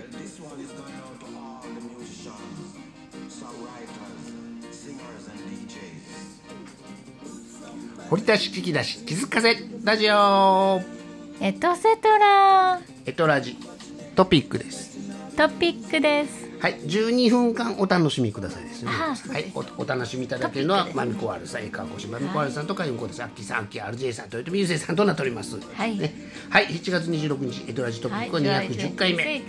is going out to all the musicians, songwriters, singers, and DJs. 掘り出し聞き出し気づかせラジオエトセトラエトラジトピックですトピックですはい12分間お楽しみくださいですねあーそうはでいおお楽しみいただけるのはトピックですねまみこあるさんえかこしまみこあるさんとかゆんこですあっきーさんあっきー RJ さんとよとみゆうせいさんとなっておりますはいねはい7月26日エトラジトピックは210回目、ね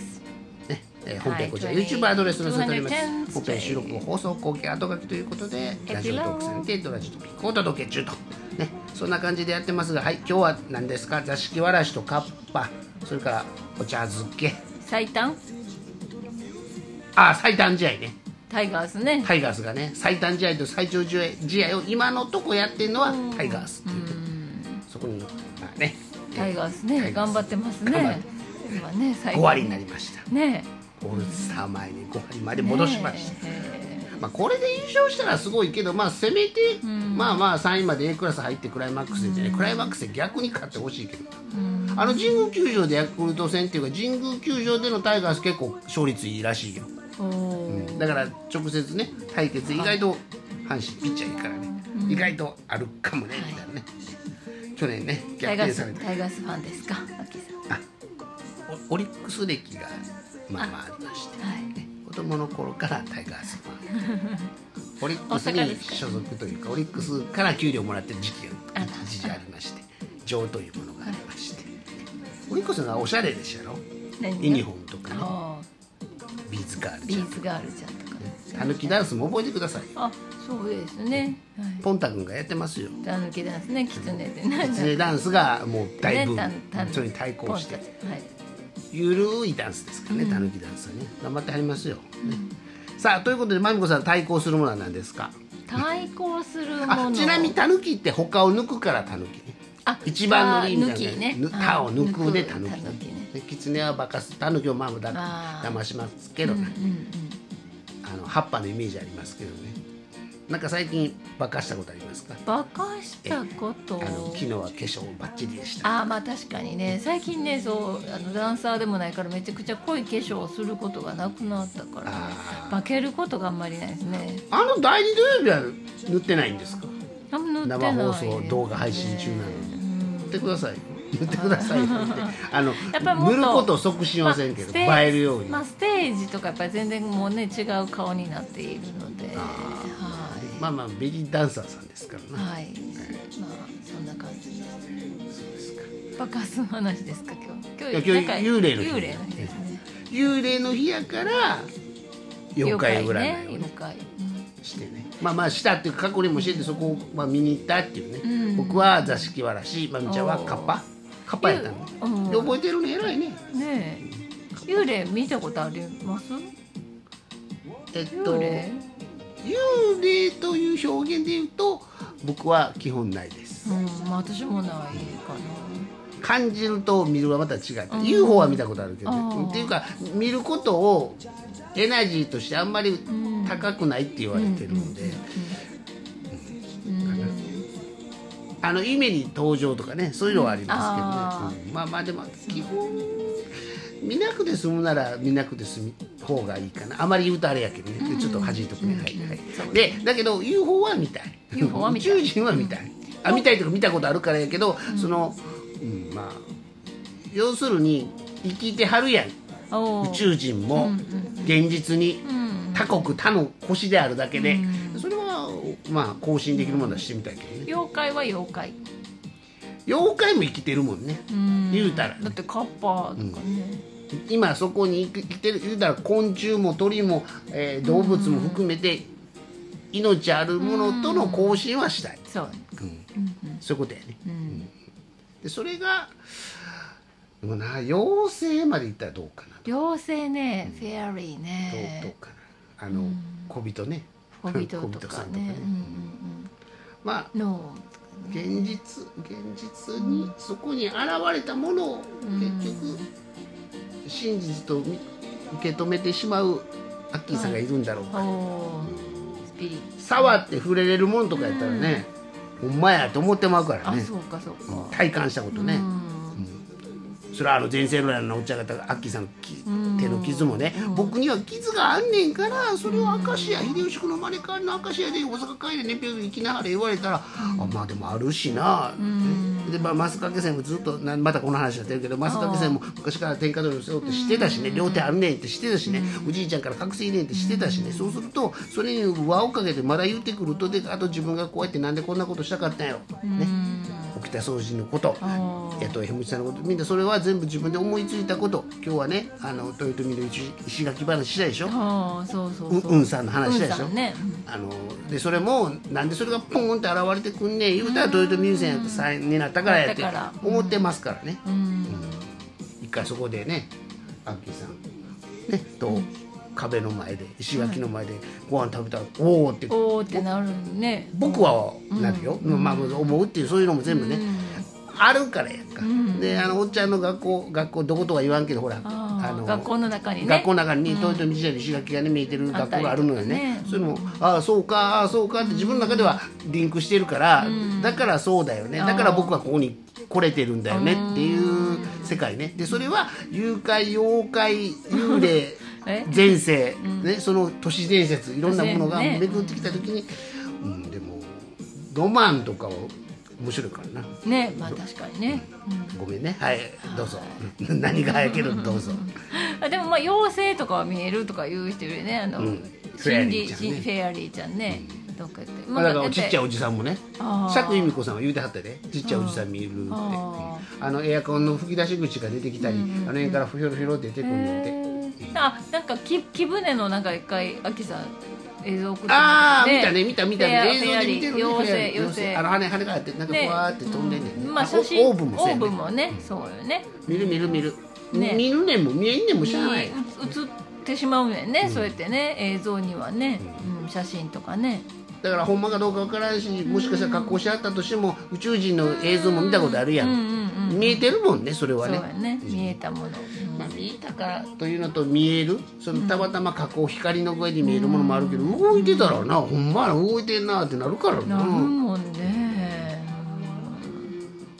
えー、本編こちらはい YouTube アドレス載せております210本編収録後放送後継後書きということでエピローラジオトークさんでドラジトピックをお届け中と、ね、そんな感じでやってますがはい今日は何ですか座敷わらしとカッパそれからお茶漬け最短ああ最短試合ねタイガースね、タイガースがね最短試合と最長試合試合を今のとこやってるのはタイガースっていうそこに、まあ、ねタイガースタねイガース頑張ってます頑張っねて今ね最5割になりましたねオールスター前に5割まで戻しました、ねえまあ、これで優勝したらすごいけど、まあ、せめて、まあまあ3位まで A クラス入ってクライマックスで、ねクライマックスで逆に勝ってほしいけど、あの神宮球場でヤクルト戦っていうか神宮球場でのタイガース結構勝率いいらしいよ、おーだから直接ね対決意外と阪神ピッチャーいいからね、意外とあるかもねみたいなね、去年ね逆タイガ転ーされたスタイガースファンですかアッキーさんおオリックス歴がまあまあありまして。はい子供の頃からタイガースファンオリックス 大阪でにすか所属というかオリックスから給料もらってる時期があ一時ありまして情というものがありましてオリックスのはおしゃれでしたろ何がユニフォームとかねあビーズガールービちゃんーズガールちゃんとかたぬきダンスも覚えてくださいよあそうですねはいポンタ君がやってますよたぬきダンスねキツネでねキツネダンスがもうだいぶねたたそれに対抗してポンタはいゆるいダンスですからねたぬきダンスはね頑張ってはりますよ、ねさあということでまみこさん対抗するものは何ですか対抗するもあのちなみにタヌキって他を抜くからタヌキねあ一番の意味あ抜きねぬ他を抜くでタヌキあ抜く狸ねでキツネはバカすタヌキをまあだあー騙しますけど、ねあの葉っぱのイメージありますけどねなんか最近バカしたことありますかバカしたことあの昨日は化粧バッチリでしたあーまあ確かにね最近ねそうあのダンサーでもないからめちゃくちゃ濃い化粧をすることがなくなったから、ねあ、化けることがあんまりないですねあの第二土曜日は塗ってないんですかあんま塗ってな生い、ね、放送動画配信中なのにうん塗ってくださいよ塗ってくださいよ ってあのやっぱりもっ塗とることを促進はせんけど、まあステー映えるように、まあ、ステージとかやっぱり全然もうね違う顔になっているのではいまあまあベリーダンサーさんですからねはい、まあそんな感じです。バカす話ですか今日。今いや今日なんか幽霊の日幽霊の日ですね。幽霊の日やから妖怪占いを妖ね怪ねしてねまあまあしたっていうか過去にもしててそこをまあ見に行ったっていうね、うん僕は座敷わらしまみちゃんはカッパカッパやったうのんねで覚えてるね偉いね妖怪。ねえ、幽霊見たことあります？えっと幽霊？幽霊という表現で言うと僕は基本ないですうん、まあ私もないか感じると見るはまた違って、ん UFO は見たことあるけどあねーっていうか見ることをエナジーとしてあんまりん高くないって言われてるので、な。うん。あの夢に登場とかねそういうのはありますけどね、うんまあまあでも基本見なくて済むなら見なくて済み方がいいかなあまり言うとあれやけどね、ちょっと弾いとくね、はいはいでだけど UFO は見たい UFO は見たい宇宙人は見たい、あ見たいとか見たことあるからやけど、その、うん、まあ要するに生きてはるやんおー宇。宙人も現実にうん。他国他の星であるだけで、それはまあ更新できるものはしてみたいけどね妖怪は妖怪。妖怪も生きてるもんね、うん。言うたらだってカッパーとかね。今そこに生き生きてる言うたら昆虫も鳥も、えー動物も含めて命あるものとの交信はしたい、そう。うんうんそういうことやねうん。でそれがでもな妖精までいったらどうかな妖精ね、フェアリーどうどうね。かなあの、小人ね小人と 小さかんね。うんまあうんうん。の。現実現実にそこに現れたものを結局真実とみ受け止めてしまうアッキーさんがいるんだろうか、おおー。スピリット。触って触れれるもんとかやったらね、ほんまやと思ってまうからあ、ねそうか、そうか。体感したことねう、ん。そそれはあの前世ぐらいのおっちゃん方アッキーさんのき手の傷もね、僕には傷があんねんからそれを明石家秀吉君の生まれ変わりの明石家で大阪帰れ年表行きながら言われたら、あまあでもあるしな、ねでまあ増掛線もずっとなまたこの話になってるけど増掛線も昔から天下取りを背負ってしてたしね、両手あんねんってしてたしね、おじいちゃんから覚醒入れんってしてたしねそうするとそれに輪をかけてまだ言ってくるとであと自分がこうやってなんでこんなことしたかったんやろ、ね沖田総司のことえっと江口さんのことみんなそれは全部自分で思いついたこと今日はねあの豊臣の石石垣話したでしょああそうそううそう、うんさんの話したでしょ、うんさんねあのでそれもなんでそれがポーンって現れてくんねん言うたら豊臣優先さんになったからやってなったから思ってますからね、うん一回そこでねアッキーさんねと壁の前で石垣の前でご飯食べたら「おお」っておーってなるね僕はなるよ、まあ、思うっていうそういうのも全部ね、あるからやんか、であのおっちゃんの学校学校どことは言わんけどほらあーの学校の中にね学校の中に豊臣時代の石垣がね見えてる学校があるのよねあったりとかねそういうのもああそうかああそうかって自分の中ではリンクしてるから、だからそうだよねだから僕はここに来れてるんだよねっていう世界ねでそれは誘拐妖怪幽霊 え前世、ね、その都市伝説いろんなものが都市伝説ね巡ってきた時に、うん、でもロマンとかは面白いからなねまあ確かにね、ごめんねはいどうぞ 何が早けるどうぞあでもまあ妖精とかは見えるとか言う人いるよねあの、ん心理フェアリーちゃんね心フェアリーちゃんね、どっか行って、まあだからちっちゃいいおじさんもねあー釈由美子さんは言うてはったでちっちゃいおじさん見るってああのエアコンの吹き出し口が出てきたりあの辺からふひょろひょろって出てくるんだってあなんかき木舟のなんか一回あきさん映像送ってもらああって見たね見た見たフェア映像で見てるねフェアリーフェアリ妖ー精妖精あの羽羽があってなんかふねわーって飛んでんねんねまあお写真オーブンもそうやねオーブもねそうよね見る見る見る、ね見るねんも見えんねんも知らない、に映ってしまうねんね、そうやってね映像にはね、うん、写真とかねだからほんまかどうかわからんしもしかしたら格好しあったとしても宇宙人の映像も見たことあるやん、うんうんうん見えてるもんねそれはそうねやね見えたもの、まあ、見えたからというのと見えるそのたまたま加工光の具合で見えるものもあるけど動いてたらなほんまや動いてんなってなるからなな、るもんね、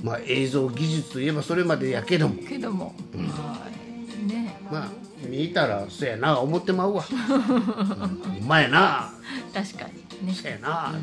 まあ、映像技術といえばそれまでやけどもうんけども、はいねまあ見えたらそやな思ってま うわ、うん、ほんまやな確かにねそやな、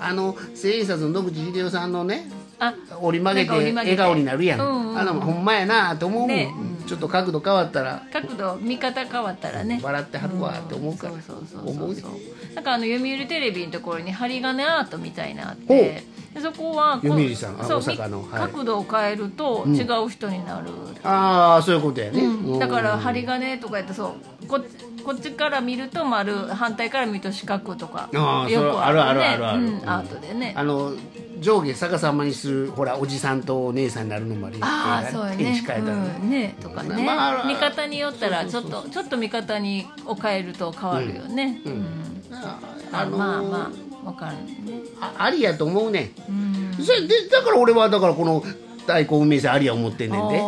あの千円札の野口英世さんのねあ折り曲げてなんか折り曲げ笑て顔になるやん、うんうんあのほんまやなと思うもん、ねちょっと角度変わったら角度見方変わったらね笑ってはるわって思うからんそうそうそう思うそうでそうなんかあの読売テレビのところに針金アートみたいなあってでそこはこう読売さんあそう大阪のはい角度を変えると違う人になる、ああそういうことやね、うんうんだから針金とかやったらそうこっちこっちから見ると丸反対から見ると四角とかあーよそれくあある,、るね、あるあるあるうんアートでねあの上下逆さまにするほらおじさんとお姉さんになるのもありああそうや天ね地変えたらねうん、ねとかね、まあ見方によったらちょっとちょっと見方にを変えると変わるよね、うんあああのまあまあわかるねあありやと思うねんそれでだから俺はだからこの太鼓運命線ありや思ってんねんであ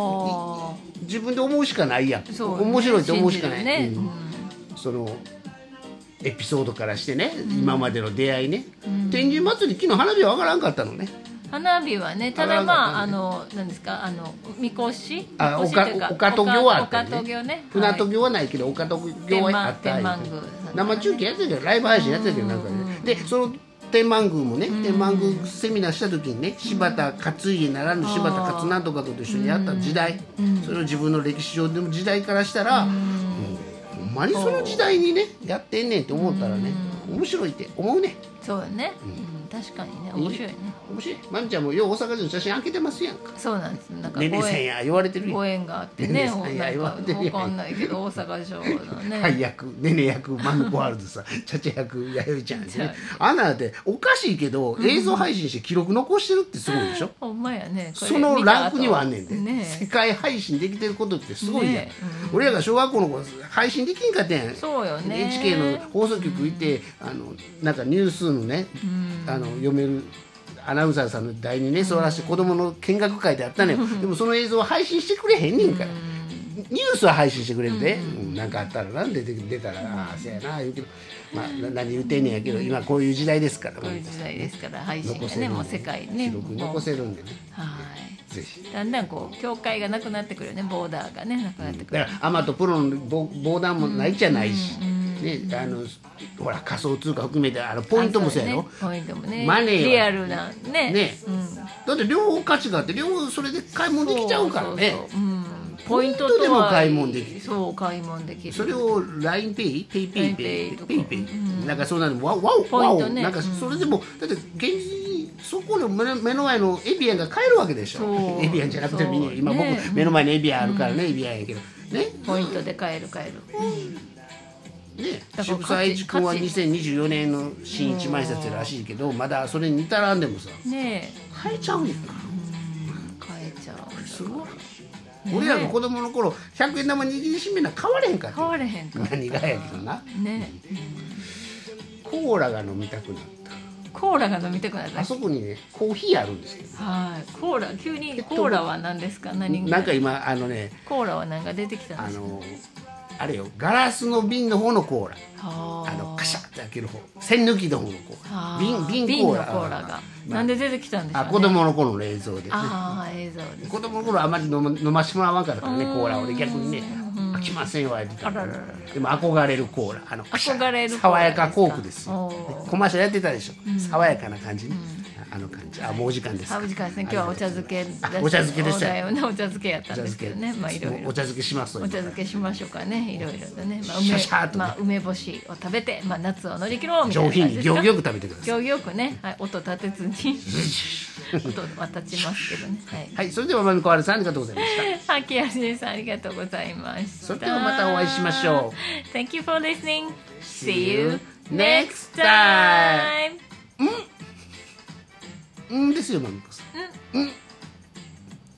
い自分で思うしかないやん、ーそうね面白いと思うしかない、信じるね、ううんんそのエピソードからしてね、今までの出会いね、天神祭り昨日花火は分からんかったのね花火はねたあだらまあああの何ですかあのみこしあみおこしかというおかと行はあったおかと行ね船と行はないけどおかと行はあったよ天満天満宮さん生中継やってたけどライブ配信やってたけどなんかねでその天満宮もね天満宮セミナーした時にね柴田勝家ならぬ柴田勝なんとかと一緒にやった時代それを自分の歴史上でも時代からしたらうんほんまにその時代にねやってんねんって思ったらね面白いって思うねそうよね、うん、確かにね面白いね面白いまみちゃんもよう大阪人の写真開けてますやんかそうなんですなんかねねごさん縁や言われてるやんご縁があってねねねさんなんやか言わわれてるやんかんないけど大阪城のね、はい役ねね役マンコワールドさんチャチャ役弥生ちゃんですそうねあんなっておかしいけど映像配信して記録残してるってすごいでしょほんまやねこれそのランクにはあんねんで、見た後世 ね界配信できてることってすごいやん、ね俺らが小学校の頃配信できんかったやんそうよね NHK の放送局行って、あのなんかニュースのね、あの読めるアナウンサーさんの台にね座らして子供の見学会であったのよ、でもその映像は配信してくれへんねんから、ニュースは配信してくれるで、うんなんかあったらなんで出て出たらああせやな言うけど、まあ、な何言ってんねんやけど今こういう時代ですからこういう時代ですから配信残がせるねんでもう世界ね記録残せるんでねはいぜひだんだんこう境界がなくなってくるよねボーダーがねなくなってくだる、からアマとプロのぼ防弾もないじゃないし、ね、あのほら仮想通貨含めてあのポイントもそうやろあそうねポイントもねマネーはリアルなねねうんだって両方価値があって両方それで買い物できちゃうからねそうそうそううんポイントポイントでともは買い物できるそう買い物できるそれを LINEPay、PayPayPay、 LINEPay とか PayPay なんかそうなの、わわお、ポイわンお、トねなんかそれでも、だって現実にそこの目の目の前のエビアンが買えるわけでしそょ。うエビアンじゃなくてそうみんな、今ね僕、目の前にエビアンあるからね、エビアンやけど。ね、ポイントで買える買えるねだから、渋沢栄一君は価値2024年の新一万円札らしいけど、まだそれに至らんでもさ、ねえ買えちゃうんやから。買えちゃうすごい。俺らが子供の頃、100円玉握りしめな買われへんかって。買われへんから何がやけどな。ねえコーラが飲みたくなった。コーラが飲みたくなったあそこにねコーヒーあるんですけどはいコーラ急にコーラは何ですか何がなんか今あのねコーラは何が出てきたんあですかのあれよガラスの瓶の方のコーラああーのカシャって開ける方栓抜きの方のコあーラー瓶瓶瓶コのコーーララがなんで出てきたんでしょうあね子供の頃の映像でねああ映像です子供の頃あまり飲ま飲ましてもらわんからねコーラ俺逆にね飽きませんわ言ってたあらららでも憧れるコーラあのカシャ憧れるコーラ爽やかコークですよおーコマーシャルやってたでしょ爽やかな感じねあの感じあもうお時間ですかあお時間ですね今日はお茶漬けだしあお茶漬けでしたよお題をねお茶漬けやったおん茶です漬けけどねまあいろいろお茶漬けしますとお言う茶漬けしましょうかねいろいろとね、まあ、梅シャシャーっとねまあ、梅干しを食べて、まあ、夏を乗り切ろうみたい上な品感にじです行か儀よく食べてください行儀よくね、はい、音立て ずに音は立ちますけどねはい はい、それではまみこはるさんありがとうございました。秋吉根さんありがとうございましたそれではまたお会いしましょう Thank you for listening See you you next next time うんですよ、まみこさん。うん